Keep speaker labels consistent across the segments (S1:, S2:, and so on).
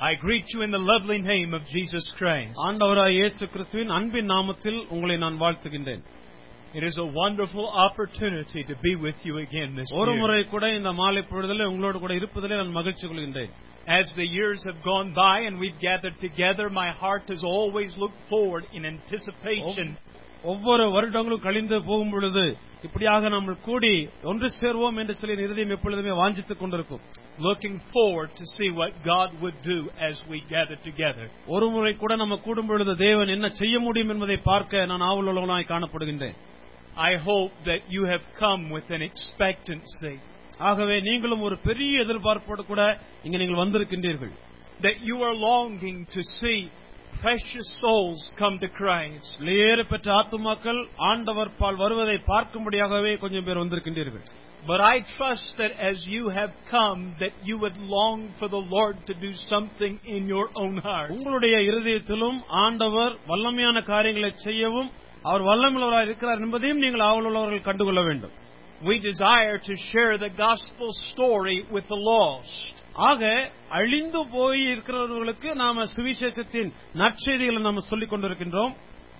S1: I greet you in the lovely name of Jesus Christ.
S2: ஆண்டவராய் இயேசு கிறிஸ்துவின் அன்பின் நாமத்தில் உங்களை நான் வாழ்த்துகின்றேன்
S1: It is a wonderful opportunity to be with you again this
S2: ஒரு
S1: year.
S2: முறை கூட இந்த மாலை பொழுதிலே உங்களோடு கூட இருப்பதிலே நான் மகிழ்ச்சி கொள்கின்றேன்
S1: As the years have gone by and we've gathered together, my heart has always looked forward in anticipation
S2: Oh. ஒவ்வொரு வருடங்களும் கழிந்து போகும் பொழுது இப்படியாக நாம் கூடி ஒன்று சேர்வோம் என்று சொல்லி என் இருதயம் எப்பொழுதுமே வாஞ்சித்துக் கொண்டிருக்கும்
S1: looking forward to see what God would do as we gather together.
S2: ஒரு முறை கூட நம்ம கூடும் பொழுது தேவன் என்ன செய்ய முடியும் என்பதை பார்க்க நான் ஆவலுள்ளவனாய் காணப்படுகின்றேன்
S1: I hope that you have come with an expectancy,
S2: ஆகவே நீங்களும் ஒரு பெரிய எதிர்பார்ப்போடு கூட இங்க நீங்கள் வந்திருக்கின்றீர்கள்
S1: that you are longing to see precious souls come to Christ.
S2: வெளியேறு பெற்ற ஆத்துமாக்கள் ஆண்டவர் பால் வருவதை பார்க்கும்படியாகவே கொஞ்சம் பேர் வந்திருக்கின்றீர்கள்
S1: But I trust that as you have come, that you would long for the Lord to do something in your own heart.
S2: உங்களுடைய இருதயத்திலும் ஆண்டவர் வல்லமையான காரியங்களை செய்யவும் அவர் வல்லமுள்ளவராய் இருக்கிறார் என்பதையும் நீங்கள் ஆவலுள்ளவர்கள் கண்டுகொள்ள வேண்டும்
S1: We desire to share the gospel story with the lost.
S2: ஆக அழிந்து போய் இருக்கிறவர்களுக்கு நாம சுவிசேஷத்தின் நற்செய்திகளை நாம சொல்லிக் கொண்டிருக்கின்றோம்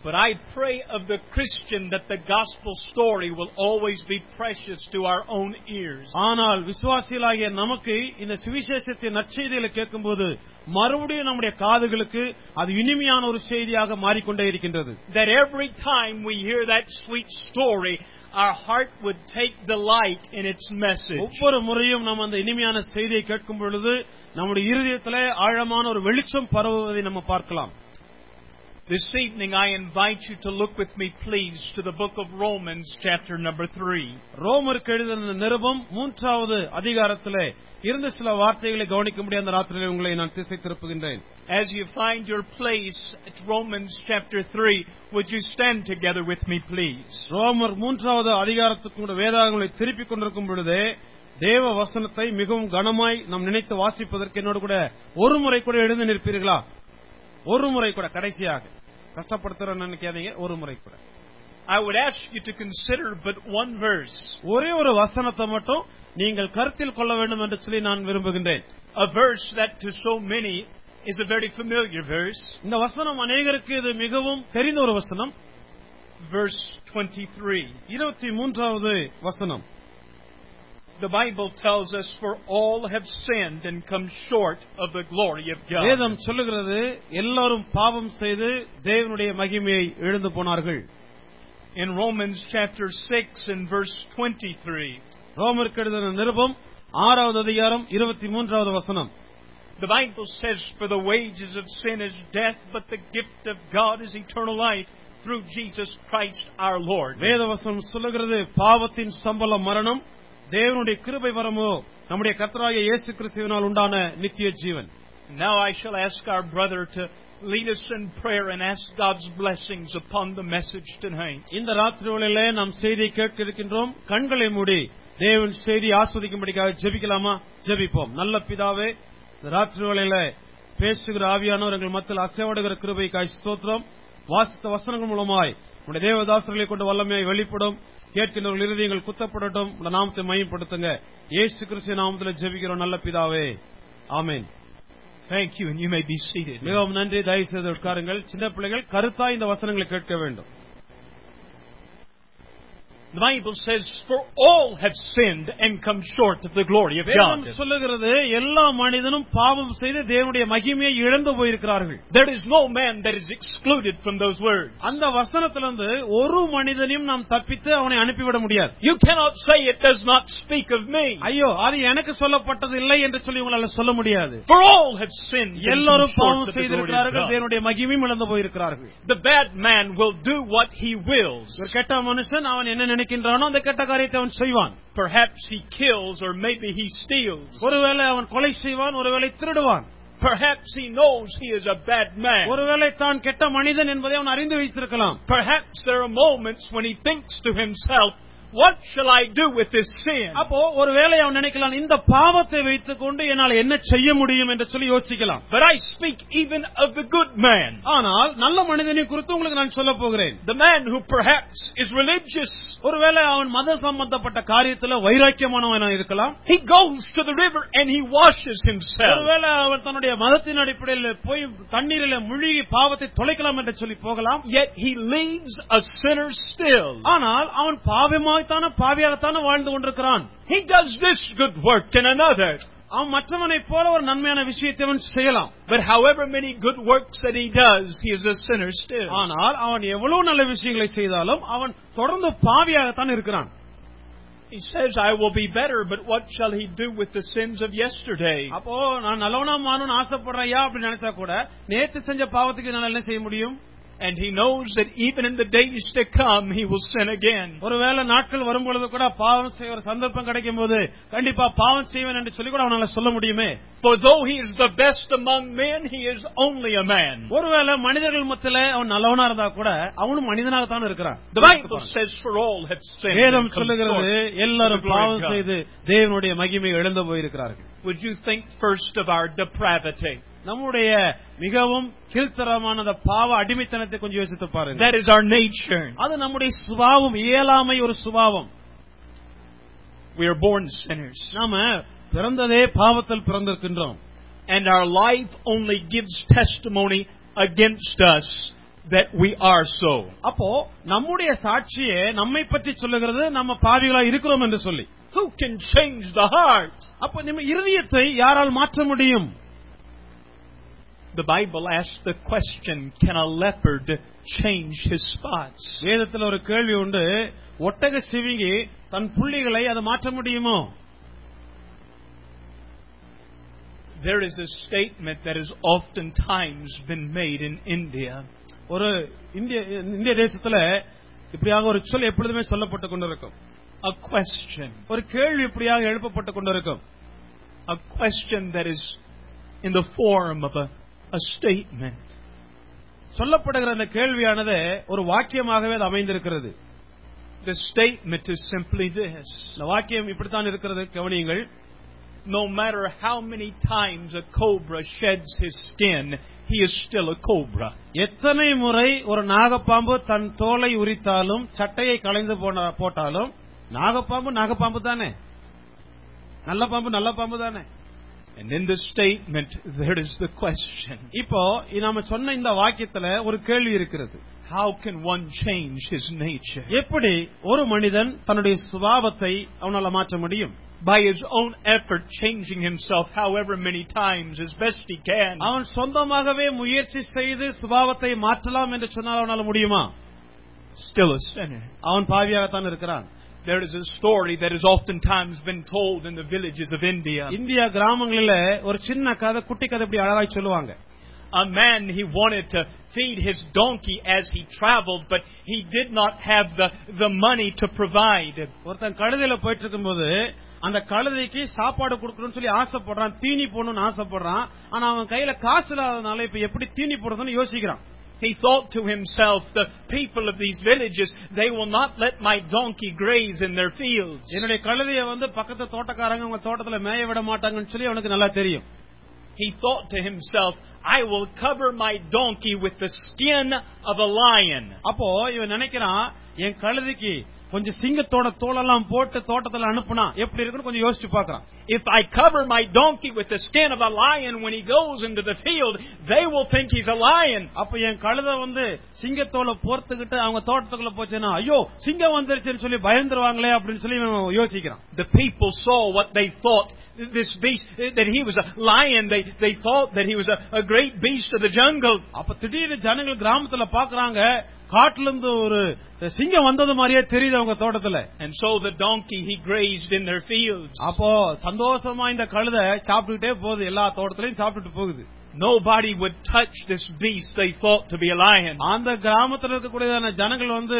S1: But I pray of the Christian that the gospel story will always be precious to our own ears.
S2: ஆனால் விசுவாசிகளாகிய நமக்கு இந்த சுவிசேஷத்தின் நற்செய்திகளை கேட்கும்போது மறுபடியும் நம்முடைய காதுகளுக்கு அது இனிமையான ஒரு செய்தியாக மாறிக்கொண்டே இருக்கின்றது
S1: That every time we hear that sweet story, our heart would take delight in its message.
S2: ஒவ்வொரு முறையும் நாம் அந்த இனிமையான செய்தியை கேட்கும் பொழுது நம்முடைய இருதயத்திலே ஆழமான ஒரு வெளிச்சம் பரவுவதை நம்ம பார்க்கலாம்
S1: This evening I invite you to look with me, please, to the book of Romans, chapter number 3.
S2: ரோமருக்கு எழுதின நிருபம் மூன்றாவது அதிகாரத்திலே இருந்த சில வார்த்தைகளை கவனிக்க முடியாத அந்த ராத்திரியிலே உங்களை நான் திசை திருப்புகின்றேன்
S1: As you find your place at Romans chapter 3, would you stand together with me, please?
S2: ரோமர் மூன்றாவது அதிகாரத்துக்கு வேதாகங்களை திருப்பிக் கொண்டிருக்கும் பொழுதே தேவ வசனத்தை மிகவும் கனமாய் நாம் நினைத்து வாசிப்பதற்கு என்னோடு கூட ஒரு முறை கூட எழுந்து நிற்பீர்களா ஒரு முறை கூட கடைசியாக கஷ்டப்படுத்துறேன்னு நினைக்காதீங்க ஒரு முறை கூட
S1: I would ask you to consider but one verse,
S2: ஒரே ஒரு வசனத்தை மட்டும் நீங்கள் கருத்தில் கொள்ள வேண்டும் என்று சொல்லி நான் விரும்புகின்றேன்
S1: a verse that to so many is a very familiar verse,
S2: இந்த வசனம் அநேகருக்கு இது மிகவும் தெரிந்த ஒரு வசனம்
S1: verse 23.
S2: இருபத்தி மூன்றாவது வசனம்
S1: The Bible tells us, For all have sinned and come short of the glory of
S2: வேதம்
S1: God.
S2: சொல்லுகிறது எல்லாரும் பாவம் செய்து தேவனுடைய மகிமையை இழந்து போனார்கள்
S1: In Romans chapter 6 and verse 23,
S2: ரோமருக்கு எழுதின நிருபம் ஆறாவது அதிகாரம் இருபத்தி மூன்றாவது வசனம்
S1: the Bible says, For the wages of sin is death, but the gift of God is eternal life through Jesus Christ our Lord.
S2: வேத வசனம் சொல்லுகிறது பாவத்தின் சம்பள மரணம் தேவனுடைய கிருபை வரமோ நம்முடைய கர்த்தராகிய இயேசு கிறிஸ்துவினால் உண்டான நித்திய ஜீவன்
S1: Now I shall ask our brother to lead us in prayer and ask God's blessings upon the message tonight.
S2: இந்த ராத்திரி வேளையிலே நாம் செய்தியை கேட்க இருக்கின்றோம் கண்களை மூடி தேவன் செய்தியை ஆஸ்வதிக்கும்படிக்காக ஜெபிக்கலாமா ஜெபிப்போம் நல்ல பிதாவே இந்த ராத்திரி வேளையில பேசுகிற ஆவியானவர் எங்கள் மத்தியில் அசைவடுகிற கிருபைக்காய் ஸ்தோத்திரம் வாசித்த வசனங்கள் மூலமாய் உடைய தேவதாசர்களை கொண்டு வல்லமையாய் வெளிப்படும் கேட்கின்றவர்கள் இருதயங்கள் குத்தப்படட்டும் உடைய நாமத்தை மையப்படுத்துங்க இயேசு கிறிஸ்து நாமத்தில் ஜெபிக்கிறோம் நல்ல பிதாவே ஆமென்
S1: Thank you, and you may be seated.
S2: மிகவும் நன்றி தயவு செய்து உட்காருங்கள் சின்ன பிள்ளைகள் கருத்தாய் இந்த வசனங்களை கேட்க வேண்டும்
S1: The Bible says, For all have sinned and come short of the glory of
S2: வேதம்
S1: God.
S2: சொல்லுகிறது எல்லா மனிதனும் பாவம் செய்து தேவனுடைய மகிமையை இழந்து போயிருக்கிறார்கள்
S1: There is no man that is excluded from those words.
S2: அந்த வசனத்திலிருந்து ஒரு மனிதனையும் நாம் தப்பித்து அவனை அனுப்பிவிட முடியாது
S1: You cannot say it does not speak of me.
S2: ஐயோ அது எனக்கு சொல்லப்பட்டது இல்லை என்று சொல்லி உங்களால சொல்ல முடியாது
S1: For all have sinned and come
S2: எல்லாரும்
S1: short
S2: பாவம்
S1: of the glory of
S2: செய்திருக்கிறார்கள்
S1: God.
S2: தேவனுடைய மகிமையும் இழந்து போயிருக்கிறார்கள்
S1: The bad man will do what he wills.
S2: ஒரு கெட்ட மனுஷன் அவன் என்ன நினைக்கின்றானோ அந்த கெட்ட காரியத்தை அவன் செய்வான்
S1: Perhaps he kills or maybe he steals.
S2: ஒருவேளை அவன் கொலை செய்வான் ஒருவேளை திருடுவான்
S1: Perhaps he knows he is a bad man.
S2: ஒருவேளை தான் கெட்ட மனிதன் என்பதை அவன் அறிந்து வைத்திருக்கலாம்
S1: Perhaps there are moments when he thinks to himself, What shall I do with this sin?
S2: அப்போ ஒருவேளை அவன் நினைக்கலாம் இந்த பாவத்தை வைத்துக்கொண்டு என்னால் என்ன செய்ய முடியும் என்று சொல்லி யோசிக்கலாம்
S1: But I speak even of the good man,
S2: ஆனால் நல்ல மனிதனை குறித்து உங்களுக்கு நான் சொல்ல போகிறேன்
S1: the man who perhaps is religious.
S2: ஒருவேளை அவன் மத சம்பந்தப்பட்ட காரியத்துல வைராக்கியமானவனா இருக்கலாம்
S1: He goes to the river and he washes himself.
S2: ஒருவேளை அவன் தன்னுடைய மதத்தின் அடிப்படையில் போய் தண்ணீரில முழுகி பாவத்தை தொலைக்கலாம் என்று சொல்லி போகலாம்
S1: Yet he leaves a sinner still.
S2: ஆனால் அவன் பாவியமாகத்தான பாவியாகத்தான வாழ்ந்து கொண்டிருக்கிறான்
S1: He does this good work in another.
S2: அவன் மற்றவனைப் போல ஒரு நன்மையான விஷயத்தை அவன் செய்யலாம்
S1: But however many good works that he does, he is a sinner still.
S2: ஆனால் அவன் எவ்வளவு நல்ல விஷயங்களை செய்தாலும் அவன் தொடர்ந்து பாவியாகத்தான் இருக்கிறான்
S1: He says, I will be better, but what shall he do with the sins of yesterday?
S2: அப்போ நான் நல்லவனா மாறணும்னு ஆசைப்படுறேன் ஐயா அப்படின்னு நினைச்சா கூட நேத்து செஞ்ச பாவத்துக்கு என்னால என்ன செய்ய முடியும்
S1: And he knows that even in the days to come, he will sin again.
S2: ஒருவேளை நாட்கள் வரும் பொழுது கூட பாவம் செய்ய ஒரு சந்தர்ப்பம் கிடைக்கும் போது கண்டிப்பா பாவம் செய்வேன் என்று சொல்லி கூட அவனால சொல்ல முடியுமே
S1: For though he is the best among men, he is only a man.
S2: ஒருவேளை மனிதர்கள் மத்தியில அவன் நல்லவனா இருந்தா கூட அவனும் மனிதனாகத்தான் இருக்கிறான்
S1: The Bible says, For all have sinned. and
S2: வேதம்
S1: come
S2: சொல்லுகிறது
S1: short of the
S2: எல்லாரும்
S1: glory of
S2: பாவம்
S1: God."
S2: செய்து தேவனுடைய மகிமை எழுந்து போயிருக்கிறார்கள்
S1: Would you think first of our depravity?
S2: நம்முடைய மிகவும் கீழ்த்தரமான அந்த பாவ அடிமைத்தனத்தை கொஞ்சம் யோசித்து பாருங்க
S1: That is our nature.
S2: அது நம்முடைய சுபாவம் இயலாமை ஒரு சுபாவம்
S1: We are born sinners.
S2: நாம பிறந்ததே பாவத்தில் பிறந்திருக்கின்றோம்
S1: And our life only gives testimony against us that we are so.
S2: அப்போ நம்முடைய சாட்சியே நம்மை பற்றி சொல்லுகிறது நம்ம பாவிகளா இருக்கிறோம் என்று சொல்லி
S1: Who can change the heart?
S2: அப்போ நம்ம இருதயத்தை யாரால் மாற்ற முடியும்
S1: The Bible asks the question Can a leopard change his spots?
S2: வேதத்தில் ஒரு கேள்வி உண்டு ஒட்டக சிவிங்கி தன் புள்ளிகளை அதை மாற்ற முடியுமோ
S1: There is a statement that has oftentimes been made in India.
S2: ஒரு இந்திய இந்திய தேசத்துல இப்படியாக ஒரு சொல் எப்பொழுதுமே சொல்லப்பட்டு கொண்டிருக்கும்
S1: A question.
S2: ஒரு கேள்வி இப்படியாக எழுப்பப்பட்டு கொண்டிருக்கும்
S1: A question that is in the form of a, a statement.
S2: சொல்லப்படுகிற அந்த கேள்வியானது ஒரு வாக்கியமாகவே அது அமைந்திருக்கிறது
S1: The statement is simply this
S2: இந்த வாக்கியம் இப்படித்தான் இருக்கிறது கவனியுங்கள்
S1: No matter how many times a cobra sheds his skin, he is still a cobra.
S2: எத்தனை முறை ஒரு நாகப்பாம்பு தன் தோலை உரித்தாலும் சட்டையை களைந்து போன போட்டாலும் நாகப்பாம்பு நாகப்பாம்பு தானே நல்ல பாம்பு நல்ல பாம்பு தானே
S1: And in the statement, there is the question
S2: இப்போ இ- நாம சொன்ன இந்த வாக்கியத்துல ஒரு கேள்வி இருக்கிறது
S1: How can one change his nature?
S2: எப்படி ஒரு மனிதன் தன்னுடைய சுபாவத்தை அவனால மாற்ற முடியும்
S1: By his own effort, changing himself however many times as best he can.
S2: அவன் சொந்தமாகவே முயற்சி செய்து சுபாவத்தை மாற்றலாம் என்று சொன்னால் அவனால முடியுமா
S1: Still a sinner.
S2: அவன் பாவியாகத்தான் இருக்கிறான்
S1: There is a story that has oftentimes been told in the villages of India.
S2: India கிராமங்களில ஒரு சின்ன கதை குட்டி கதை இப்படி அழகாய் சொல்லுவாங்க
S1: A man, he wanted to feed his donkey as he traveled, but he did not have the, the money to provide.
S2: ஒருத்தன் கழுதையில போயிட்டு இருக்கும்போது அந்த கழுதைக்கு சாப்பாடு கொடுக்கணும்னு சொல்லி ஆசைப்படுறான் தீனி போடணும்னு ஆசைப்படுறான் ஆனா அவன் கையில காசு இல்லாதனால இப்ப எப்படி தீனி போடுறதுன்னு யோசிக்கிறான்
S1: He thought to himself, the people of these villages, they will not let my donkey graze in their fields.
S2: என்னுடைய கழுதைய வந்து பக்கத்து தோட்டக்காரங்க அவங்க தோட்டத்துல மேய விட மாட்டாங்கன்னு சொல்லி அவனுக்கு நல்லா தெரியும்
S1: He thought to himself, I will cover my donkey with the skin of a lion.
S2: அப்போ இவன் நினைக்கிறான் என் கழுதைக்கு கொஞ்சம் சிங்கத்தோட தோலெல்லாம் போட்டு தோட்டத்துல அனுப்புனா எப்படி இருக்குன்னு கொஞ்சம் யோசிச்சு பாக்குறான்
S1: If I cover my donkey with the skin of a lion when he goes into the field, they will think he's a lion.
S2: அப்ப என் கழுதை வந்து சிங்கத்தோல போர்த்துக்கிட்டு அவங்க தோட்டத்துக்குள்ள போச்சுன்னா ஐயோ சிங்கம் வந்துருச்சுன்னு சொல்லி பயந்துருவாங்களே அப்படின்னு சொல்லி இவன் யோசிக்கிறான்
S1: The people saw what they thought this beast, that he was a lion. They, they thought that he was a, a great beast of the jungle.
S2: அப்ப திடீர்னு ஜனங்கள் கிராமத்துல பாக்குறாங்க காட்டுல இருந்து ஒரு சிங்கம் வந்தது மாதிரியே தெரியுது அவங்க தோட்டத்துல
S1: And so the donkey he grazed in their fields.
S2: அப்போ சந்தோஷமா இந்த கழுதை சாப்பிட்டுக்கிட்டே போகுது எல்லா தோட்டத்திலயும் சாப்பிட்டுட்டு போகுது
S1: Nobody would touch this beast they thought to be a lion.
S2: அந்த கிராமத்துல இருக்கக்கூடியதான ஜனங்கள் வந்து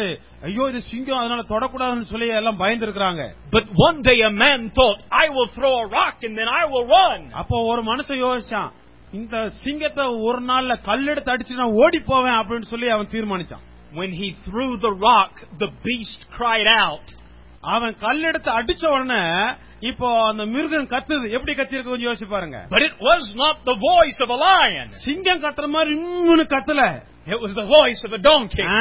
S2: ஐயோ இது சிங்கம் அதனால தொடக்கூடாதுன்னு சொல்லி எல்லாம் பயந்து இருக்கிறாங்க
S1: But one day a man thought, I will throw a rock and then I will run.
S2: அப்போ ஒரு மனுஷன் யோசிச்சான் இந்த சிங்கத்தை ஒரு நாள்ல கல்லெடுத்து அடிச்சு நான் ஓடி போவேன் அப்படின்னு சொல்லி அவன் தீர்மானிச்சான்
S1: When he threw the rock, the beast cried out.
S2: அவன் கல் எடுத்து அடிச்ச உடனே இப்போ அந்த மிருகம் கத்துது எப்படி கத்திருக்கு கொஞ்சம் யோசிச்சு பாருங்க
S1: But it was not the voice of a lion.
S2: சிங்கம் கத்துற மாதிரி இன்னொன்னு கத்தல
S1: It was the voice of a donkey.
S2: ஆ,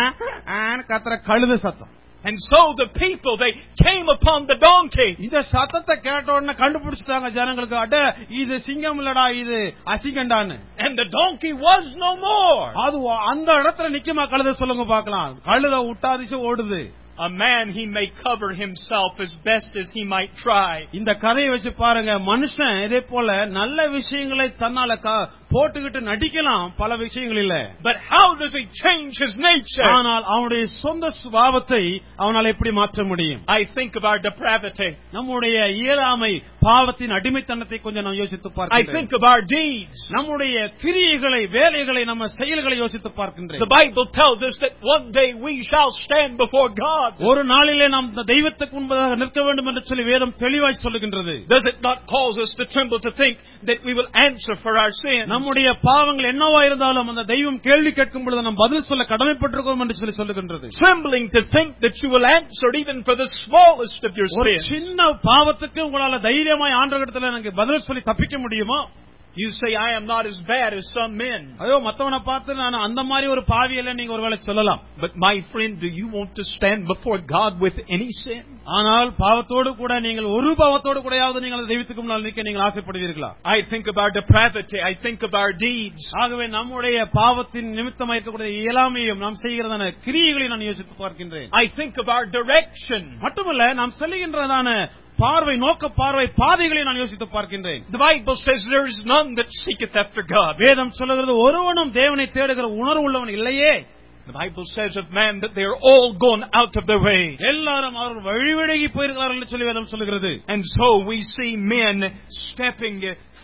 S2: ஆன்னு கத்துற கழுது சத்தம்
S1: And so the people, they came upon the donkey.
S2: இந்த சத்தத்தை கேட்ட உடனே கண்டுபிடிச்சிட்டாங்க ஜனங்களுக்கு அட இது சிங்கம் இல்லடா இது அசிங்கண்டான்னு
S1: And the donkey was no more.
S2: அது ஒ- அந்த இடத்துல நிக்குமா கழுத சொல்லுங்க பாக்கலாம் கழுத விட்டாதிச்சு ஓடுது
S1: A man, he may cover himself as best as he might try.
S2: இந்த கதையை வச்சு பாருங்க மனுஷன் இதே போல நல்ல விஷயங்களை தன்னால க- போட்டுக்கிட்டு நடிக்கலாம் பல விஷயங்கள் இல்ல
S1: But how does he change his nature?
S2: ஆனால் அவனுடைய சொந்த சுபாவத்தை அவனால் எப்படி மாற்ற முடியும்
S1: I think of our depravity.
S2: நம்முடைய இயலாமை பாவத்தின் அடிமைத்தனத்தை கொஞ்சம் நாம் யோசித்து
S1: I
S2: பார்க்கிறேன்
S1: think of our deeds.
S2: நம்முடைய கிரியைகளை வேலைகளை நம்ம செயல்களை யோசித்து
S1: The
S2: பார்க்கின்றேன்
S1: Bible tells us that one day we shall stand before God.
S2: ஒரு நாளிலே நாம் இந்த தெய்வத்துக்கு முன்பதாக நிற்க வேண்டும் என்று சொல்லி வேதம் தெளிவாய் சொல்லுகின்றது
S1: Does it not cause us to tremble to think that we will answer for our sins?
S2: நம்முடைய பாவங்கள் என்னவா இருந்தாலும் அந்த தெய்வம் கேள்வி கேட்கும் பொழுது நாம் பதில் சொல்ல கடமைப்பட்டிருக்கோம் என்று சொல்லி சொல்லுகின்றது
S1: Trembling to think that you will answer even for the smallest of your
S2: ஒரு
S1: sins.
S2: சின்ன பாவத்துக்கு உங்களால தைரியமாய் ஆண்டவரிடத்துல எனக்கு பதில் சொல்லி தப்பிக்க முடியுமா
S1: You say, I am not as bad as some men.
S2: ஐயோ மத்தவனை பார்த்து நான் அந்த மாதிரி ஒரு பாவியல நீங்க ஒருவேளை சொல்லலாம்
S1: But my friend, do you want to stand before God with any sin?
S2: ஆனால் பாவத்தோடு கூட நீங்கள் ஒரு பாவத்தோடு கூடயாவது நீங்கள் அந்த தெய்வத்துக்கு முன்னால் நிற்க நீங்கள் ஆசைப்படுவீர்களா
S1: I think of our depravity. I think of our deeds.
S2: ஆகவே நம்முடைய பாவத்தின் நிமித்தமாக இருக்கக்கூடிய இயலாமையும் நாம் செய்கிறதான கிரியைகளை நான் யோசித்து பார்க்கின்றேன்
S1: I think of our direction.
S2: மட்டுமல்ல நாம் செல்லுகின்றதான பார்வை நோக்க பார்வை பாதைகளை நான் யோசித்து பார்க்கின்றேன்
S1: The Bible says there is none that seeketh after God.
S2: வேதம் சொல்லுகிறது ஒருவனும் தேவனை தேடுகிற உணர்வு உள்ளவன் இல்லையே
S1: The Bible says of man that they are all gone out of their way.
S2: எல்லாரும் அவர்கள் வழிவிலகி போயிருக்கிறார்கள் என்று சொல்லி வேதம் சொல்லுகிறது
S1: And so we see men stepping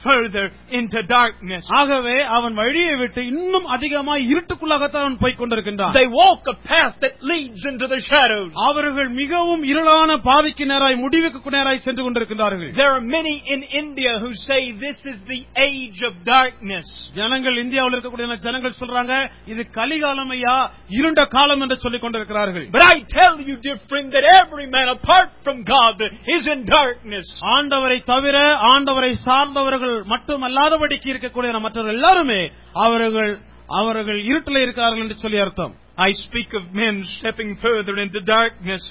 S1: further into darkness.
S2: ஆகவே அவன் வழியை விட்டு இன்னும் அதிகமாக இருட்டுக்குள்ளாகத்தான் அவன் போய் கொண்டிருக்கின்றான்
S1: They walk a path that leads into the shadows.
S2: அவர்கள் மிகவும் இருளான பாதைக்கு நேராய் முடிவுக்கு நேராய் சென்று கொண்டிருக்கின்றார்கள்
S1: There are many in India who say this is the age of darkness.
S2: ஜனங்கள் இந்தியாவில் இருக்கக்கூடிய ஜனங்கள் சொல்றாங்க இது கலிகாலம் ஐயா இருண்ட காலம் என்று சொல்லிக் கொண்டிருக்கிறார்கள்
S1: But I tell you, dear friend, that every man apart from God is in darkness.
S2: ஆண்டவரை தவிர ஆண்டவரை சார்ந்தவர்கள் மட்டுமல்லாதபடிக்கு இருக்கக்கூடிய மற்றவர்கள் எல்லாருமே அவர்கள் அவர்கள் இருட்டில் இருக்கிறார்கள் என்று சொல்லி அர்த்தம்
S1: I speak of men stepping further into darkness,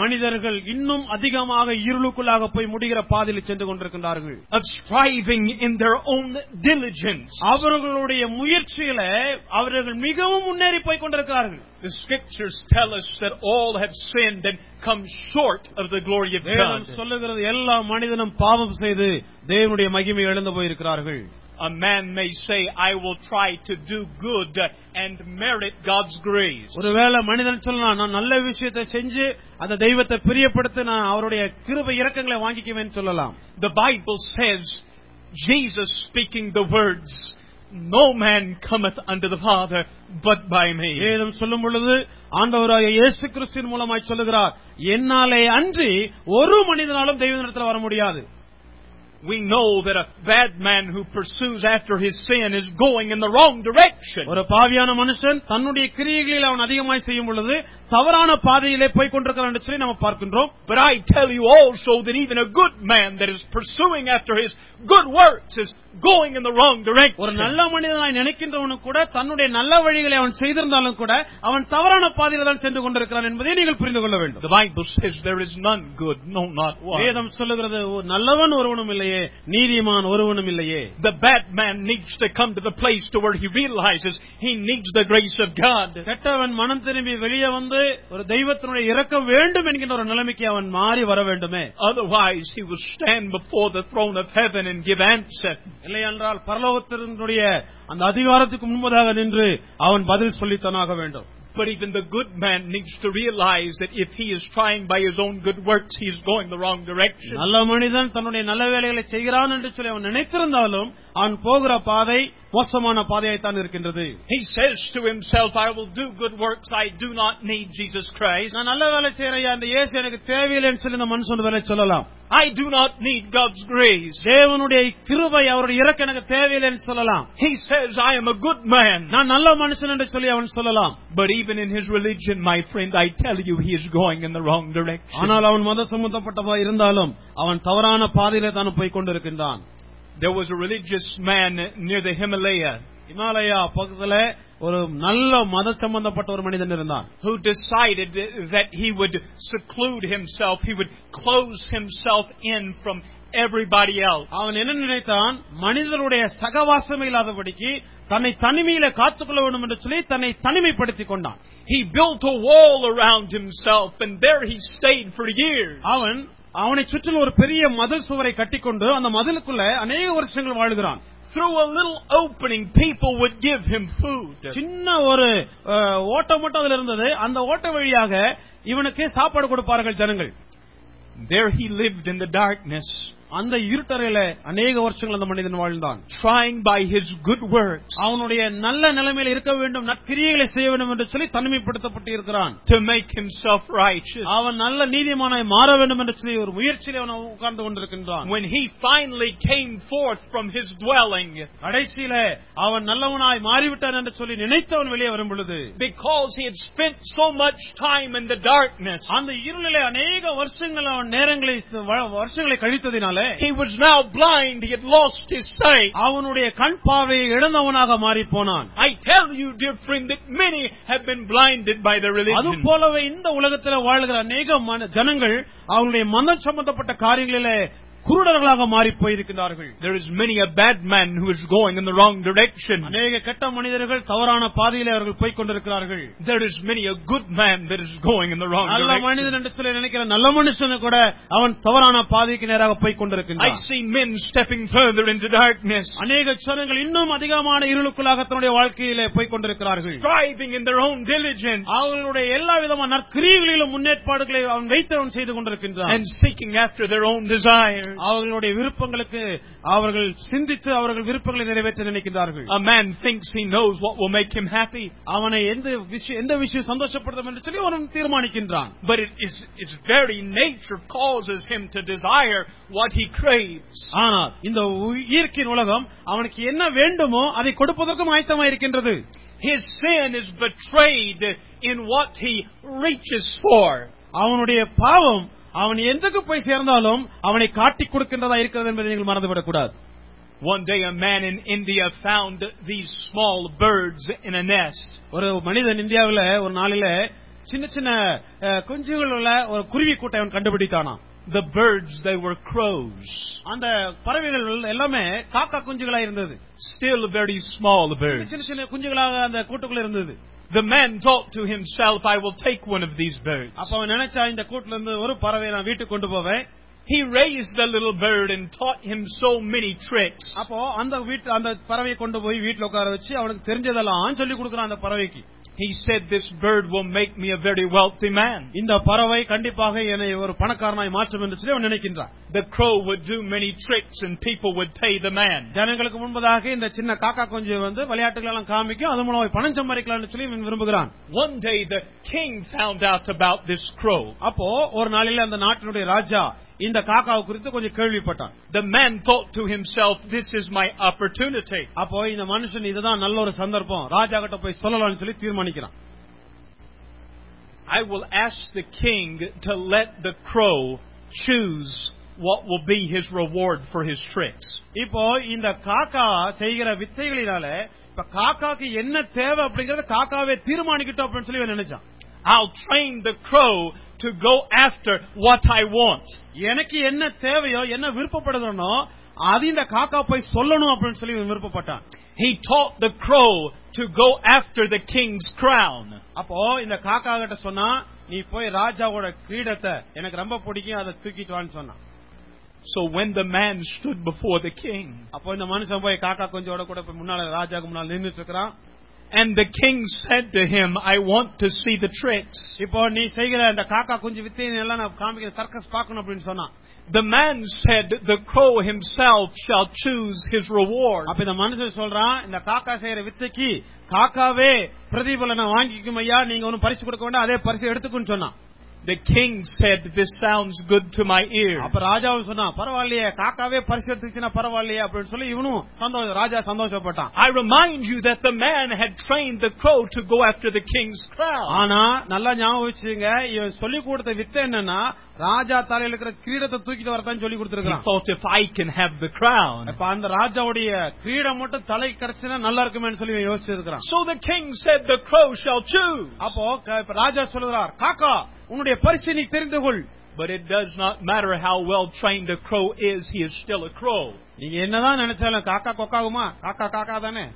S2: மனிதர்கள் இன்னும் அதிகமாக இருளுக்குள்ளாக போய் முடிகிற பாதையில் சென்று கொண்டிருக்கின்றார்கள்
S1: of striving in their own diligence.
S2: அவர்களுடைய முயற்சியில அவர்கள் மிகவும் முன்னேறி போய் கொண்டிருக்கிறார்கள்
S1: The scriptures tell us that all have sinned and come short of the glory of
S2: வேதம்
S1: God.
S2: சொல்லுகிறது எல்லா மனிதனும் பாவம் செய்து தேவனுடைய மகிமை எழுந்து போயிருக்கிறார்கள்
S1: A man may say, I will try to do good and merit God's grace.
S2: ஒருவேளை மனிதன் சொல்லலாம் நான் நல்ல விஷயத்தை செஞ்சு அந்த தெய்வத்தை பிரியப்படுத்தி நான் அவருடைய கிருபை இரக்கங்களை வாங்கிக்குவேன்னு சொல்லலாம்
S1: The Bible says, Jesus speaking the words, No man cometh unto the Father but by me.
S2: வேதம் சொல்லும் பொழுது ஆண்டவராக இயேசு கிறிஸ்துவின் மூலமாய் சொல்லுகிறார் என்னாலே அன்றி ஒரு மனிதனாலும் தெய்வத்திடத்தில் வர முடியாது
S1: We know that a bad man who pursues after his sin is going in the wrong direction.
S2: ஒரு பாவியான மனுஷன் தன்னுடைய கிரியைகளில் அவன் அதிகமாய் செய்யும் பொழுது தவறான பாதையிலே போய் கொண்டிருக்கிறான் என்று சொல்லி நம்ம பார்க்கின்றோம்
S1: But I tell you also that even a good man that is pursuing after his good works is going in the wrong
S2: ஒரு
S1: direction.
S2: நல்ல மனிதனாய் நினைக்கின்றவனும் கூட தன்னுடைய நல்ல வழிகளை அவன் செய்திருந்தாலும் கூட அவன் தவறான பாதையில தான் சென்று கொண்டிருக்கிறான் என்பதை நீங்கள் புரிந்து கொள்ள வேண்டும்
S1: The Bible says there is none good, no, not one.
S2: வேதம் சொல்லுகிறது "ஓ, நல்லவன் ஒருவனும் இல்லையே நீதிமான் ஒருவனும் இல்லையே
S1: The bad man needs to come to the place to where he realizes he needs the grace of God.
S2: கெட்டவன் மனம் திரும்பி வெளியே வந்து ஒரு தெய்வத்தினுடைய இரக்கம் வேண்டும் என்கின்ற ஒரு நிலைமைக்கு அவன் மாறி வர வேண்டுமே
S1: Otherwise, he will stand before the throne of heaven and give answer.
S2: இல்லையென்றால் பரலோகத்தினுடைய அந்த அதிகாரத்துக்கு முன்பதாக நின்று அவன் பதில் சொல்லித்தானாக வேண்டும்
S1: But even the good man needs to realize that if he is trying by his own good works, he is going the wrong direction.
S2: நல்ல மனிதன் தன்னுடைய நல்ல வேலைகளை செய்கிறான் என்று சொல்லி அவன் நினைத்திருந்தாலும் அவன் போகிற பாதை மோசமான பாதையாய்த்தான் இருக்கின்றது
S1: He says to himself, I will do good works. I do not need Jesus Christ.
S2: நான் நல்ல வேலை செய்யறையா இந்த இயேசு எனக்கு தேவையில்லைன்னு சொல்லி இந்த மனுஷன் ஒரு வேலை சொல்லலாம்
S1: I do not need God's grace.
S2: தேவனுடைய கிருபை அவருடைய இறக்கம் எனக்கு தேவையில்லைன்னு சொல்லலாம்
S1: He says, I am a good man.
S2: நான் நல்ல மனுஷன் என்று சொல்லி அவன் சொல்லலாம்
S1: But even in his religion, my friend, I tell you, he is going in the wrong direction.
S2: ஆனால் அவன் மத சம்பந்தப்பட்டவா இருந்தாலும் அவன் தவறான பாதையிலே தான் போய் கொண்டிருக்கின்றான்
S1: There was a religious man near the Himalaya
S2: Himalaya பக்கத்துல ஒரு நல்ல மத சம்பந்தப்பட்ட ஒரு மனிதன் இருந்தான்
S1: who decided that he would seclude himself, he would close himself in from everybody else.
S2: அவன் என்ன நினைத்தான் மனிதருடைய சகவாசம் இல்லாதபடிக்கு தன்னை தனிமையில காத்துக்கொள்ள வேண்டும் என்று சொல்லி தன்னை தனிமைப்படுத்திக் கொண்டான்
S1: He built a wall around himself and there he stayed for years.
S2: அவன் அவனை சுற்றிலும் ஒரு பெரிய மதில் சுவரை கட்டிக்கொண்டு அந்த மதிலுக்குள்ள அநேக வருஷங்கள் வாழுகிறான்
S1: Through a little opening, people would give him food.
S2: சின்ன ஒரு அஹ், ஓட்டை மட்டும் அதுல இருந்தது அந்த ஓட்ட வழியாக இவனுக்கு சாப்பாடு கொடுப்பார்கள் ஜனங்கள்
S1: There he lived in the darkness,
S2: அந்த இருட்டறையில அநேக வருஷங்கள் அந்த மனிதன் வாழ்ந்தான்
S1: trying by his good works
S2: அவனுடைய நல்ல நிலைமையில இருக்க வேண்டும் நற்கிரியைகளை செய்ய வேண்டும் என்று சொல்லி தனிமைப்படுத்தப்பட்டு இருக்கிறான்
S1: to make himself righteous.
S2: அவன் நல்ல நீதிமானாய் மாற வேண்டும் என்று சொல்லி ஒரு முயற்சியில அவன் உட்கார்ந்து கொண்டிருக்கின்றான்
S1: When he finally came forth from his dwelling,
S2: கடைசியில அவன் நல்லவனாய் மாறிவிட்டான் என்று சொல்லி நினைத்தவன் வெளியே வரும் பொழுது
S1: because he had spent so much time in the darkness,
S2: அந்த இருளிலே அநேக வருஷங்கள் அவன் நேரங்களை வ- வருஷங்களை கழித்ததினாலே
S1: He was now blind. He had lost his sight.
S2: அவனுடைய கண் பார்வையை இழந்தவனாக மாறி போனான்
S1: I tell you, dear friend, that many have been blinded by their
S2: அது
S1: religion.
S2: போலவே இந்த உலகத்துல வாழ்கிற அநேக மன- ஜனங்கள் அவங்களுடைய மனம் சம்பந்தப்பட்ட காரியங்களிலே குருடர்களாக மாறி போயிருக்கிறார்கள்
S1: There is many a bad man who is going in the wrong direction.
S2: அநேக கெட்ட மனிதர்கள் தவறான பாதையிலே அவர்கள் போய் கொண்டிருக்கிறார்கள்
S1: There is many a good man that is going in the wrong
S2: நல்ல
S1: direction.
S2: மனிதன் என்று சொல்லி நினைக்கிற நல்ல மனுஷனு கூட அவன் தவறான பாதைக்கு நேராக போய்
S1: I
S2: கொண்டிருக்கின்றான்
S1: see men stepping further into darkness,
S2: அநேக ஜனங்கள் இன்னும் அதிகமான இருளுக்குள்ளாக தன்னுடைய வாழ்க்கையிலே போய் கொண்டிருக்கிறார்கள்
S1: striving in their own diligence
S2: அவர்களுடைய எல்லா விதமான நற்கிரியர்களிலும் முன்னேற்பாடுகளை அவன் வைத்தவன் செய்து கொண்டிருக்கின்றான்
S1: and seeking after their own desires.
S2: அவர்களுடைய விருப்பங்களுக்கு அவர்கள் சிந்தித்து அவர்கள் விருப்பங்களை நிறைவேற்ற நினைக்கின்றார்கள்
S1: A man thinks he knows what will make him happy,
S2: அவனை எந்த விஷயம் எந்த விஷயம் சந்தோஷப்படுத்தும் என்று சொல்லி அவன் தீர்மானிக்கின்றான்
S1: but it is, his very nature causes him to desire what he craves.
S2: ஆனால் இந்த உ- இயற்கையின் உலகம் அவனுக்கு என்ன வேண்டுமோ அதை கொடுப்பதற்கும் ஆயத்தமாயிருக்கின்றது
S1: His sin is betrayed in what he reaches for.
S2: அவனுடைய பாவம் அவன் எந்தக்கு போய் சேர்ந்தாலும் அவனை காட்டிக் கொடுக்கின்றதா இருக்கிறது என்பதை நீங்கள் மறந்துவிடக்கூடாது
S1: One day a man in India found these small birds in a nest.
S2: ஒரு மனிதன் இந்தியாவில் ஒரு நாளில சின்ன சின்ன அஹ், குஞ்சுகள் உள்ள ஒரு குருவி கூட்டை அவன் கண்டுபிடித்தானா
S1: The birds, they were crows.
S2: அந்த பறவைகள் எல்லாமே காக்கா குஞ்சுகளா இருந்தது
S1: Still very small birds.
S2: சின்ன சின்ன குஞ்சுகளாக அந்த கூட்டுக்குள்ள இருந்தது
S1: The man thought to himself, I will take one of these birds.
S2: அப்ப அவன் நினைச்சா இந்த கூட்டுல இருந்து ஒரு பறவையை நான் வீட்டுக்கு கொண்டு போவேன்
S1: He raised the little bird and taught him so many tricks.
S2: அப்போ அந்த வீட்டு அந்த பறவையை கொண்டு போய் வீட்டுல உட்கார வச்சு அவனுக்கு தெரிஞ்சதெல்லாம் சொல்லி கொடுக்குறான் அந்த பறவைக்கு
S1: He said, This bird will make me a very wealthy man.
S2: இந்த பறவை கண்டிப்பாக என்னை ஒரு பணக்காரனாய் மாற்றும் என்று சொல்லி அவன் நினைக்கின்றான்
S1: The crow would do many tricks and people would pay the man.
S2: ஜனங்களுக்கு முன்பதாக இந்த சின்ன காக்கா குஞ்சு வந்து விளையாட்டுகள் எல்லாம் காமிக்கும் அது மூலம் அவன் பணம் சம்பாதிக்கலாம்னு சொல்லி இவன் விரும்புகிறான்
S1: One day the king found out about this crow.
S2: அப்போ ஒரு நாளில அந்த நாட்டினுடைய ராஜா இந்த காக்காவை குறித்து கொஞ்சம் கேள்விப்பட்டான்
S1: The man thought to himself, This is my opportunity.
S2: அப்போ இந்த மனுஷன் இதுதான் நல்ல ஒரு சந்தர்ப்பம் ராஜா கிட்ட போய் சொல்லலாம்னு சொல்லி தீர்மானிக்கிறான்
S1: I will ask the king to let the crow choose what will be his reward for his tricks.
S2: இப்போ இந்த காக்கா செய்கிற வித்தைகளினால இப்ப காக்காக்கு என்ன தேவை அப்படிங்கறத காக்காவே தீர்மானிக்கட்டும் அப்படின்னு சொல்லி இவன் நினைச்சான்
S1: I'll train the crow to go after what I want.
S2: எனக்கு என்ன தேவையோ என்ன விருப்பப்படுகிறனோ அது இந்த காக்கா போய் சொல்லணும் அப்படின்னு சொல்லி இவன் விருப்பப்பட்டான்
S1: He taught the crow to go after the king's crown.
S2: அப்போ இந்த காக்கா கிட்ட சொன்னா நீ போய் ராஜாவோட கிரீடத்தை எனக்கு ரொம்ப பிடிக்கும் அதை தூக்கிட்டு வான்னு சொன்னான்
S1: So when the man stood before the king,
S2: அப்போ இந்த மனுஷன் போய் காக்கா கொஞ்சோட கூட போய் முன்னால ராஜாக்கு முன்னால நின்னுட்டு இருக்கிறான்
S1: and the king said to him, I want to see the tricks.
S2: இப்போ நீ செய்கிற இந்த காக்கா குஞ்சு வித்தையை எல்லாம் நான் காமிக்கிற சர்க்கஸ் பார்க்கணும் அப்படின்னு சொன்னான்
S1: The man said, The crow himself shall choose his reward.
S2: அப்ப இந்த மனுஷன் சொல்றான் இந்த காக்கா செய்யற வித்தைக்கு காக்காவே பிரதிபலனை வாங்கிக்கும் ஐயா நீங்க ஒன்னும் பரிசு கொடுக்க வேண்டாம் அதே பரிசு எடுத்துக்குன்னு சொன்னான்
S1: The king said, This sounds good to my ear.
S2: அப்ப ராஜாவும் சொன்னான் பரவாயில்லையே காக்காவே பரிசு எடுத்துச்சுன்னா பரவாயில்லையே அப்படின்னு சொல்லி இவனும் சந்தோஷம் ராஜா சந்தோஷப்பட்டான்
S1: I remind you that the man had trained the crow to go after the king's crown.
S2: ஆனா நல்லா ஞாபகம் வச்சுங்க இவன் சொல்லி கொடுத்த வித்தை என்னன்னா ராஜா தலையில இருக்கிற கிரீடத்தை தூக்கிட்டு வரதான் சொல்லி
S1: He
S2: கொடுத்திருக்கான்
S1: thought, If I can have the crown.
S2: இப்ப அந்த ராஜாவுடைய கிரீடம் மட்டும் தலைக்கு கிடைச்சுன்னா நல்லா இருக்குமேன்னு சொல்லி யோசிச்சு இருக்கிறான்
S1: So the king said, The crow shall choose.
S2: அப்போ க- இப்ப ராஜா சொல்லுகிறார் காக்கா உன்னுடைய பரிசு நீ தெரிந்து கொள்
S1: But it does not matter how well trained a crow is, he is still a crow.
S2: நீங்க என்னதான் நினைச்சாலும் காக்கா கொக்காகுமா காக்கா காக்கா தானே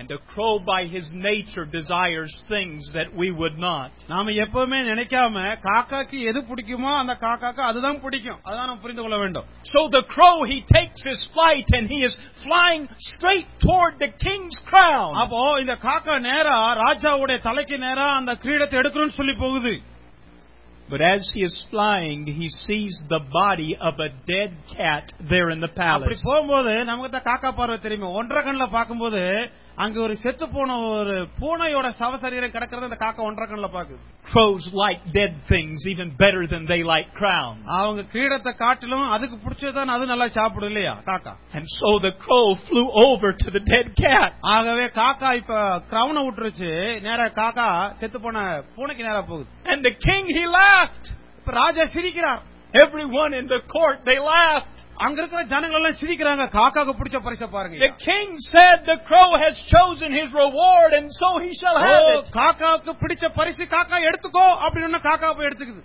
S1: And a crow by his nature desires things that we would not.
S2: நாம எப்பவுமே நினைக்காம காக்காக்கு எது பிடிக்குமோ அந்த காக்காக்கு அதுதான் பிடிக்கும் அதான் நம்ம புரிந்து கொள்ள வேண்டும்
S1: So the crow, he takes his flight and he is flying straight toward the king's crown.
S2: அப்போ இந்த காக்கா நேரா ராஜாவுடைய தலைக்கு நேரா அந்த கிரீடத்தை எடுக்கணும்னு சொல்லி போகுது
S1: But as he is flying, he sees the body of a dead cat there in the
S2: அப்படி
S1: palace.
S2: போகும்போது நமக்கு தான் காக்கா பார்வை தெரியுமே ஒன்றரை கண்ணுல பார்க்கும்போது அங்க ஒரு செத்து போன ஒரு பூனையோட சவசரீரம் கிடக்கிறது அந்த காக்கா ஒன்றரை கண்ணுல பாக்குது
S1: Crows like dead things even better than they like crowns.
S2: அவங்க கிரீடத்தை காட்டிலும் அதுக்கு பிடிச்சதுதான் அது நல்லா சாப்பிடும் இல்லையா காக்கா
S1: And so the crow flew over to the dead cat.
S2: ஆகவே காக்கா இப்ப கிரவுனை விட்டுருச்சு நேரா காக்கா செத்து போன பூனைக்கு நேரா போகுது
S1: And the king, he laughed.
S2: இப்ப ராஜா சிரிக்கிறார்
S1: Everyone in the court, they laughed.
S2: அங்க இருக்கிற ஜனங்கள் எல்லாம் சிரிக்கிறாங்க காக்காக்கு பிடிச்ச பரிசை பாருங்க
S1: The king said, The crow has chosen his reward, and so he shall
S2: O,
S1: have it.
S2: காக்காவுக்கு பிடிச்ச பரிசு காக்கா எடுத்துக்கோ அப்படின்னு காக்கா போய் எடுத்துக்குது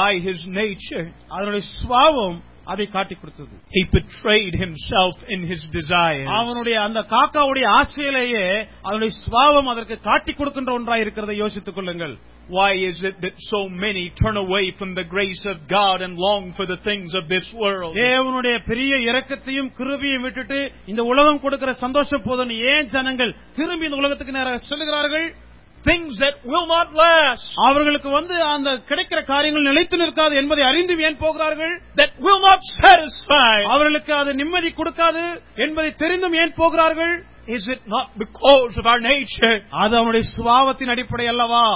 S1: By his nature,
S2: அதனுடைய சுவாவம் அதை காட்டி கொடுத்தது
S1: he betrayed himself in his desires.
S2: அவனுடைய அந்த காக்காவுடைய ஆசையிலேயே அதனுடைய சுவாவம் அதற்கு காட்டி கொடுக்கின்ற ஒன்றாய் இருக்கிறதை யோசித்துக் கொள்ளுங்கள்
S1: Why is it that so many turn away from the grace of God and long for the things of this world?
S2: தேவனுடைய பெரிய இரக்கத்தையும் கிருபையும் விட்டுட்டு இந்த உலகம் கொடுக்கிற சந்தோஷ போதனை ஏன் ஜனங்கள் திரும்பி இந்த உலகத்துக்கு நேராக செல்கிறார்கள்
S1: Things that will not last,
S2: அவர்களுக்கு வந்து அந்த கிடைக்கிற காரியங்கள் நிலைத்து நிற்காது என்பதை அறிந்து ஏன் போகிறார்கள்
S1: that will not satisfy.
S2: அவர்களுக்கு அது நிம்மதி கொடுக்காது என்பதை தெரிந்தும் ஏன் போகிறார்கள்
S1: Is it not because of our nature?
S2: அது அவனுடைய சுபாவத்தின் அடிப்படை அல்லவா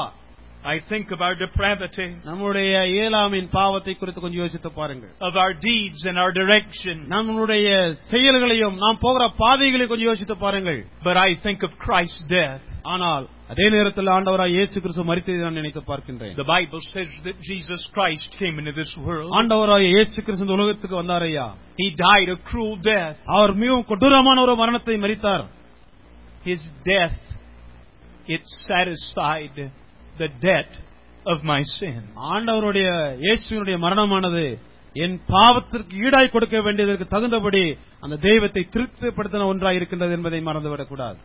S1: I think of our depravity,
S2: நம்முடைய இயலாமையின் பாவத்தை குறித்து கொஞ்சம் யோசித்து பாருங்கள்
S1: of our deeds and our direction.
S2: நம்முடைய செயல்களையும் நாம் போகிற பாதைகளையும் கொஞ்சம் யோசித்து பாருங்கள்
S1: But I think of Christ's death.
S2: ஆனால் அதே நேரத்தில் ஆண்டவராக இயேசு கிறிஸ்து மரித்ததை நான் நினைத்து பார்க்கின்றேன்
S1: The Bible says that Jesus Christ came into this world.
S2: ஆண்டவராக இயேசு கிறிஸ்து இந்த உலகத்துக்கு வந்தார் ஐயா
S1: He died a cruel death.
S2: அவர் மிகவும் கொடூரமான ஒரு மரணத்தை மரித்தார்
S1: His death, it satisfied the debt of my sin.
S2: ஆண்டவருடைய இயேசுவினுடைய மரணமானது என் பாவத்திற்கு ஈடாய் கொடுக்க வேண்டியதற்கு தகுந்தபடி அந்த தெய்வத்தை திருப்திப்படுத்தின ஒன்றாய் இருக்கின்றது என்பதை மறந்துவிடக்கூடாது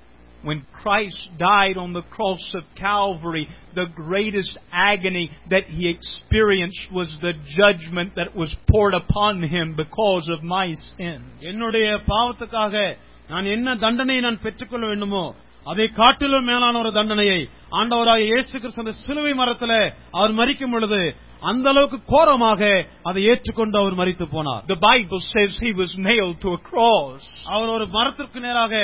S1: When Christ died on the cross of Calvary, the greatest agony that he experienced was the judgment that was poured upon him because of my sin.
S2: என்னுடைய பாவத்துக்காக நான் என்ன தண்டனையை நான் பெற்றுக்கொள்ள வேண்டுமோ அதை காட்டிலும் மேலான ஒரு தண்டனையை ஆண்டவராக இயேசு கிறிஸ்து அந்த சிலுவை மரத்தில் அவர் மரிக்கும் பொழுது அந்த அளவுக்கு கோரமாக அதை ஏற்றுக்கொண்டு அவர் மரித்து போனார்
S1: The Bible says he was nailed to a cross.
S2: அவர் ஒரு மரத்திற்கு நேராக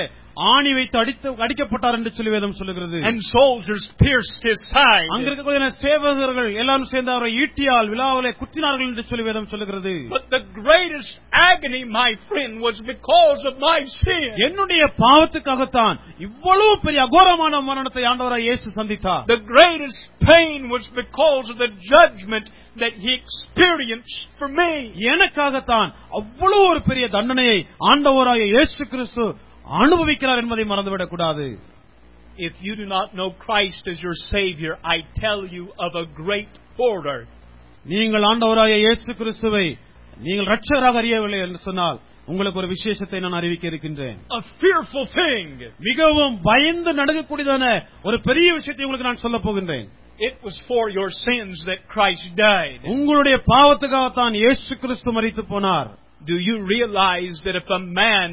S2: ஆணி வைத்து அடித்து அடிக்கப்பட்டார் என்று சொல்லி வேதம் சொல்லுகிறது
S1: And soldiers pierced his
S2: அங்க
S1: side.
S2: இருக்கக்கூடிய சேவகர்கள் எல்லாரும் சேர்ந்து அவரை ஈட்டியால் விழாவிலே குத்தினார்கள் என்று சொல்லி வேதம் சொல்லுகிறது
S1: But the greatest agony, my friend, was because of my sin.
S2: என்னுடைய பாவத்துக்காகத்தான் இவ்வளவு பெரிய அகோரமான மரணத்தை ஆண்டவராக இயேசு சந்தித்தார்
S1: The greatest pain was because of the judgment that he experienced for me.
S2: எனக்காகத்தான் அவ்வளவு ஒரு பெரிய தண்டனையை ஆண்டவராய இயேசு கிறிஸ்து அனுபவிக்கிறார் என்பதை மறந்துவிடக் கூடாது
S1: If you do not know Christ as your Savior, I tell you of a great order.
S2: நீங்கள் ஆண்டவராய இயேசு கிறிஸ்துவை நீங்கள் ரட்சகராக அறியவில்லை என்று சொன்னால் உங்களுக்கு ஒரு விசேஷத்தை நான் அறிவிக்க இருக்கின்றேன்
S1: A fearful thing.
S2: மிகவும் பயந்து நடக்கக்கூடியதான ஒரு பெரிய விஷயத்தை உங்களுக்கு நான் சொல்லப் போகின்றேன்
S1: It was for your sins that Christ died.
S2: உங்களுடைய பாவத்துக்காகத்தான் இயேசு கிறிஸ்து மரித்து போனார்
S1: Do you realize that if a man,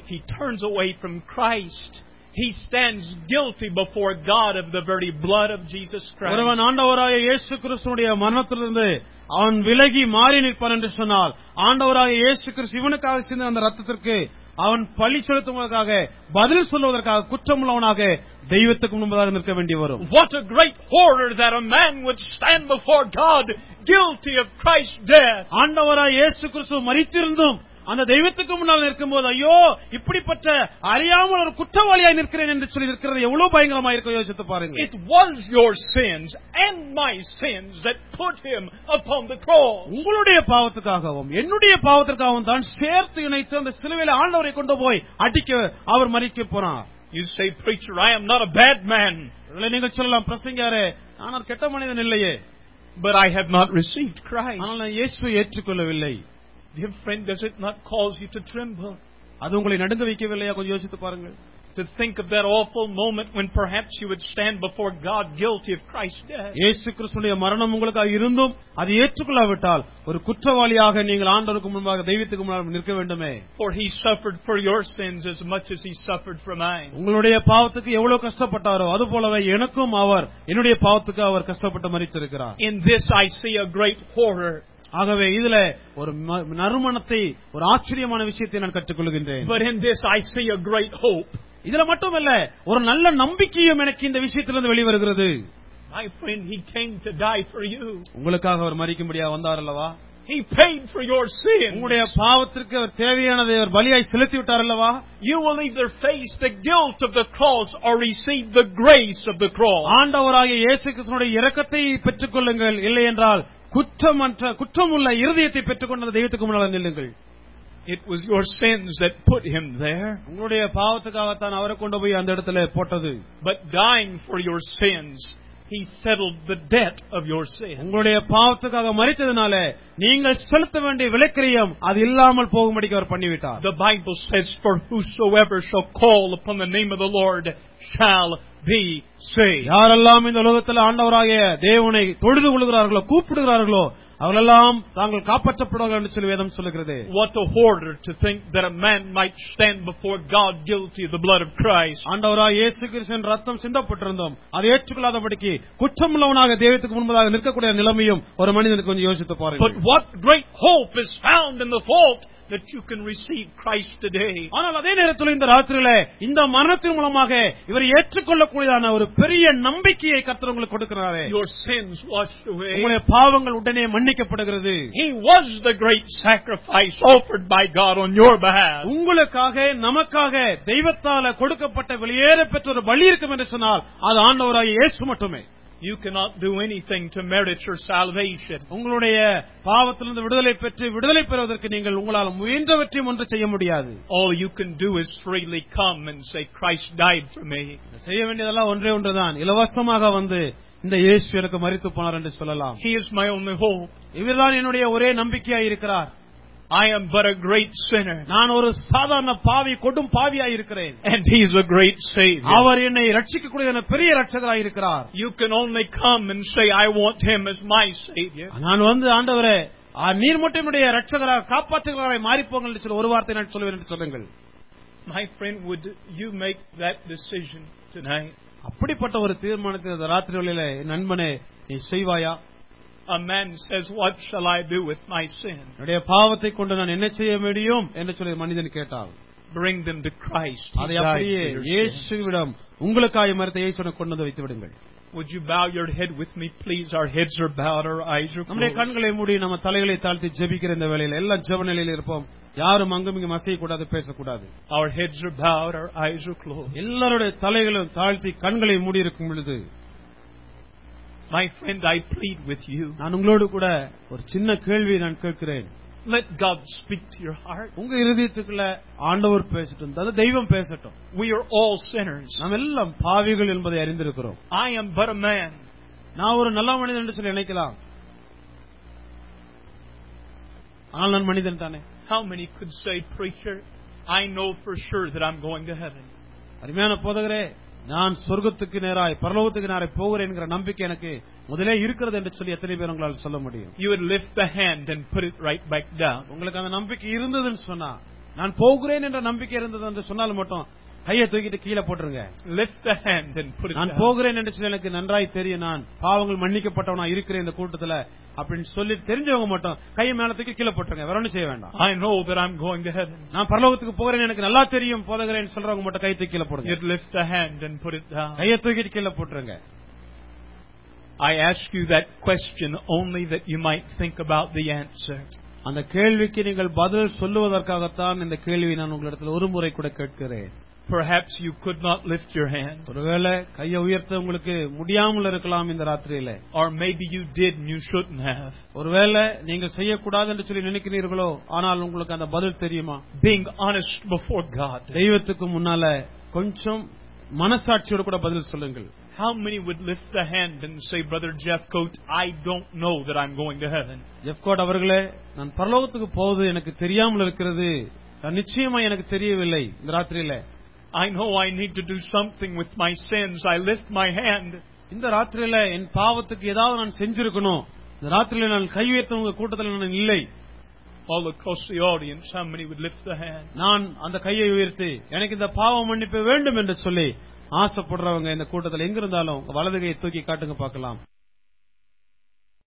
S1: if he turns away from Christ, he stands guilty before God of the very blood of Jesus Christ.
S2: ஒருவன் ஆண்டவராய இயேசு கிறிஸ்துனுடைய மரணத்திலிருந்து அவன் விலகி மாறி நிற்பான் என்று சொன்னால் ஆண்டவராய இயேசு கிறிஸ்து இவனுக்காக சிந்த அந்த ரத்தத்திற்கு அவன் பழி செலுத்துவதற்காக பதில் சொல்வதற்காக குற்றமுள்ளவனாக தெய்வத்துக்கு முன்பதாக நிற்க வேண்டி வரும்
S1: What a great horror that a man would stand before God guilty of Christ's death.
S2: ஆண்டவராய் இயேசு கிறிஸ்து மறித்திருந்தும் அந்த தெய்வத்துக்கு முன்னால் நிற்கும்போது ஐயோ இப்படிப்பட்ட அறியாமல் ஒரு குற்றவாளியாய் நிற்கிறேன் என்று சொல்லி நிற்கிறது எவ்வளவு பயங்கரமா இருக்க யோசித்து பாருங்க
S1: It was your sins and my sins that put him upon the cross.
S2: உங்களுடைய பாவத்துக்காகவும் என்னுடைய பாவத்திற்காகவும் தான் சேர்த்து இணைத்து அந்த சிலுவையில ஆண்டவரை கொண்டு போய் அடிக்க அவர் மறிக்க போனார்
S1: You say, preacher, I am not a bad man,
S2: இல்லை, நீங்கள் சொல்லலாம் பிரசங்காரே ஆனால் கெட்ட மனிதன் இல்லையே
S1: but I have not received Christ.
S2: ஆனால் நான் இயேசுவை ஏற்றுக்கொள்ளவில்லை
S1: Dear friend, does it not cause you to tremble?
S2: அது உங்களை நடுங்க வைக்கவில்லையா கொஞ்சம் யோசித்து பாருங்கள்
S1: To think of that awful moment when perhaps you would stand before God guilty of Christ's death.
S2: இயேசு கிறிஸ்துடைய மரணம் உங்களுக்காக இருந்தும் அது ஏற்றுக்கொள்ளாவிட்டால் ஒரு குற்றவாளியாக நீங்கள் ஆண்டவருக்கு முன்பாக தெய்வத்துக்கு முன்பாக நிற்க வேண்டுமே
S1: For he suffered for your sins as much as he suffered for mine.
S2: உங்களுடைய பாவத்துக்கு எவ்வளவு கஷ்டப்பட்டாரோ அது போலவே எனக்கும் அவர் என்னுடைய பாவத்துக்கு அவர் கஷ்டப்பட்டு மறித்திருக்கிறார்
S1: In this I see a great horror.
S2: ஆகவே இதுல ஒரு ம- நறுமணத்தை ஒரு ஆச்சரியமான விஷயத்தை நான் கற்றுக்கொள்கின்றேன்
S1: But in this I see a great hope.
S2: இதுல மட்டுமல்ல ஒரு நல்ல நம்பிக்கையும் எனக்கு இந்த விஷயத்திலிருந்து வெளிவருகிறது
S1: My friend, he came to die for you.
S2: உங்களுக்காக அவர் மறிக்கும்படியா வந்தார் அல்லவா
S1: He paid for your sin.
S2: உங்களுடைய பாவத்திற்கு அவர் தேவையானதை அவர் பலியாய் செலுத்தி விட்டார் அல்லவா
S1: You will either face the guilt of the cross or receive the grace of the cross.
S2: ஆண்டவராகிய இயேசு கிறிஸ்துனுடைய இரக்கத்தை பெற்றுக்கொள்ளுங்கள் இல்லை என்றால் குற்றமற்ற குற்றமுள்ள இருதயத்தை பெற்றுக்கொண்ட அந்த தெய்வத்துக்கு முன்னால் நில்லுங்கள்
S1: Ah, It was your sins that put him there.
S2: உங்களுடைய பாவத்துக்காகத்தான் அவரை கொண்டு போய் அந்த இடத்துல போட்டது
S1: But dying for your sins, he settled the debt of your sin.
S2: உங்களுடைய பாவத்துக்காக மறித்ததுனால நீங்கள் செலுத்த வேண்டிய விலைக்கிரியம் அது இல்லாமல் போகும்படிக்கு அவர் பண்ணிவிட்டார்
S1: The Bible says, For whosoever shall call upon the name of the Lord shall be saved.
S2: யாரெல்லாம் இந்த உலகத்தில் ஆண்டவராகிய தேவனை தொழுது கொள்கிறார்களோ கூப்பிடுகிறார்களோ அவர்களெல்லாம் தாங்கள் காப்பாற்றப்படுவார்கள் என்று சொல்லி வேதம் சொல்லுகிறது
S1: What a horror to think that a man might stand before God guilty of the blood of Christ.
S2: ஆண்டவரா இயேசு கிறிஸ்துவின் ரத்தம் சிந்தப்பட்டிருந்தோம் அதை ஏற்றுக்கொள்ளாதபடிக்கு குற்றமுள்ளவனாக தெய்வத்துக்கு முன்பதாக நிற்கக்கூடிய நிலைமையும் ஒரு மனிதனுக்கு கொஞ்சம் யோசித்து
S1: But
S2: பாருங்கள்
S1: what great hope is found in the thought that you can receive Christ today.
S2: ஆனால் அதே நேரத்தில் இந்த ராத்திரியில இந்த மரணத்தின் மூலமாக இவர் ஏற்றுக்கொள்ளக்கூடியதான ஒரு பெரிய நம்பிக்கையை கர்த்தர் உங்களுக்கு கொடுக்கிறாரே
S1: Your sins washed away.
S2: உங்களுடைய பாவங்கள் உடனே மன்னிக்கப்படுகிறது
S1: He was the great sacrifice offered by God on your behalf.
S2: உங்களுக்காக நமக்காக தெய்வத்தால கொடுக்கப்பட்ட வெளியேற பெற்ற ஒரு பலி இருக்கும் என்று சொன்னால் அது ஆண்டவராகிய இயேசு மட்டுமே
S1: You cannot do anything to merit your salvation.
S2: உங்களுடைய பாவத்திலிருந்து விடுதலை பெற்று விடுதலை பெறுவதற்கு நீங்கள் உங்களால் முயன்றவற்றையும் ஒன்று செய்ய முடியாது
S1: All you can do is freely come and say, Christ died for me.
S2: செய்ய வேண்டியதெல்லாம் ஒன்றே ஒன்றுதான் இலவசமாக வந்து இந்த இயேசு எனக்கு மறித்து போனார் என்று சொல்லலாம்
S1: He is my only hope.
S2: இவர்தான் என்னுடைய ஒரே நம்பிக்கையாய் இருக்கிறார்
S1: I am but a great sinner,
S2: நான் ஒரு சாதாரண பாவி கொடும் பாவியாய் இருக்கிறேன்
S1: and He is a great Savior.
S2: அவர் என்னை ரட்சிக்கக்கூடிய பெரிய ரட்சகராய் இருக்கிறார்
S1: You can only come and say, I want Him as my Savior.
S2: நான் வந்து ஆண்டவரே ஆ, நீர் மட்டும் என்னுடைய ரட்சகராக காப்பாற்றுகிறாராய் மாறிப்போங்கள் என்று சொல்லி ஒரு வார்த்தை நான் சொல்லுவேன் என்று சொல்லுங்கள்
S1: My friend, would you make that decision tonight?
S2: அப்படிப்பட்ட ஒரு தீர்மானத்தை இந்த ராத்திரி வேளையிலே, என் நண்பனே நீ செய்வாயா
S1: A man says, What shall I do with my sin?
S2: என்னுடைய பாவத்தை கொண்டு நான் என்ன செய்ய முடியும் என்று சொல்லி மனிதன் கேட்டால்
S1: Bring them to Christ. He
S2: அதை
S1: died for
S2: அப்படியே
S1: your sin.
S2: இயேசுவிடம் உங்களுக்காய் மறுத்த இயேசுனை கொண்டு வந்து வைத்து விடுங்கள்
S1: Would you bow your head with me, please? Our heads are bowed, our eyes are
S2: நம்முடைய
S1: closed.
S2: கண்களை மூடி நம்ம தலைகளை தாழ்த்தி ஜெபிக்கிற இந்த வேளையில எல்லாம் ஜெப நிலையில இருப்போம் யாரும் அங்கும் இங்கும் அசையக்கூடாது பேசக்கூடாது
S1: Our heads are bowed, our eyes are closed.
S2: எல்லாருடைய தலைகளும் தாழ்த்தி கண்களை மூடி இருக்கும் பொழுது
S1: My friend, I plead with you.
S2: நான் உங்களோடு கூட ஒரு சின்ன கேள்வியை நான் கேட்கிறேன்
S1: Let God speak to your heart.
S2: உங்க இருதயத்துக்குள்ள ஆண்டவர் பேசட்டும் அதாவது தெய்வம் பேசட்டும்
S1: We are all sinners.
S2: நாம் எல்லாம் பாவிகள் என்பதை அறிந்திருக்கிறோம்
S1: I am but a man.
S2: நான் ஒரு நல்ல மனிதன் என்று சொல்லி நினைக்கலாம் ஆனால் நான் மனிதன் தானே
S1: How many could say, Preacher, I know for sure that I'm going to heaven?
S2: அருமையான போதகரே நான் சொர்க்கத்துக்கு நேராய் பரலோகத்துக்கு நேராய் போகிறேன்ங்கிற நம்பிக்கை எனக்கு முதலே இருக்கிறது என்று சொல்லி எத்தனை பேர் உங்களால் சொல்ல முடியும்
S1: You would lift the hand and put it right back down.
S2: உங்களுக்கு அந்த நம்பிக்கை இருந்ததுன்னு சொன்னா நான் போகிறேன் என்ற நம்பிக்கை இருந்தது என்று சொன்னால் மட்டும் கையை தூக்கிட்டு கீழே போட்டுருங்க
S1: Lift the hand and put it
S2: நான்
S1: down.
S2: போகிறேன் என்று சொல்லி எனக்கு நன்றாய் தெரியும் நான் பாவங்கள் மன்னிக்கப்பட்டவனா இருக்கிறேன் இந்த கூட்டத்துல அப்படின்னு சொல்லி தெரிஞ்சவங்க மட்டும் கையை மேல தூக்கி கீழே போட்டுருங்க வேற ஒண்ணும் செய்ய வேண்டாம்
S1: I know that I'm going to heaven.
S2: நான் பரலோகத்துக்கு போகிறேன் எனக்கு நல்லா தெரியும் போகிறேன் சொல்றவங்க மட்டும் கை தூக்கி கீழே போடுங்க
S1: Yet lift the hand and put it down.
S2: கையை தூக்கிட்டு கீழே போட்டுருங்க
S1: I ask you that question only that you might think about the answer.
S2: அந்த கேள்விக்கு நீங்கள் பதில் சொல்லுவதற்காகத்தான் இந்த கேள்வி நான் உங்களிடத்தில் ஒரு முறை கூட கேட்கிறேன்
S1: Perhaps you could not lift your hand,
S2: ஒருவேளை கையை உயர்த்த உங்களுக்கு முடியாமல் இருக்கலாம் இந்த ராத்திரியில
S1: or maybe you did and you shouldn't have.
S2: ஒருவேளை நீங்கள் செய்யக்கூடாது என்று சொல்லி நினைக்கிறீர்களோ ஆனால் உங்களுக்கு அந்த பதில் தெரியுமா
S1: Being honest before God.
S2: தெய்வத்துக்கு முன்னால கொஞ்சம் மனசாட்சியோட கூட பதில் சொல்லுங்கள்
S1: How many would lift the hand and say, Brother Jeff Coates, I don't know that I'm going to heaven?
S2: ஜெப்கோட் அவர்களே நான் பரலோகத்துக்கு போவது எனக்கு தெரியாமல் இருக்கிறது நான் நிச்சயமா எனக்கு தெரியவில்லை இந்த ராத்திரியில
S1: I know I need to do something with my sins. I lift my hand.
S2: இந்த ராத்திரியில என் பாவத்துக்கு ஏதாவது நான் செஞ்சிருக்கணும் இந்த ராத்திரியில நான் கை வைத்த உங்க கூட்டத்தில் நான் இல்லை
S1: All across the audience, how many would lift the hand?
S2: நான் அந்த கையை உயர்த்தி எனக்கு இந்த பாவம் மன்னிப்பு வேண்டும் என்று சொல்லி ஆசைப்படுறவங்க இந்த கூட்டத்தில் எங்கிருந்தாலும் உங்க வலது கையை தூக்கி காட்டுங்க பார்க்கலாம்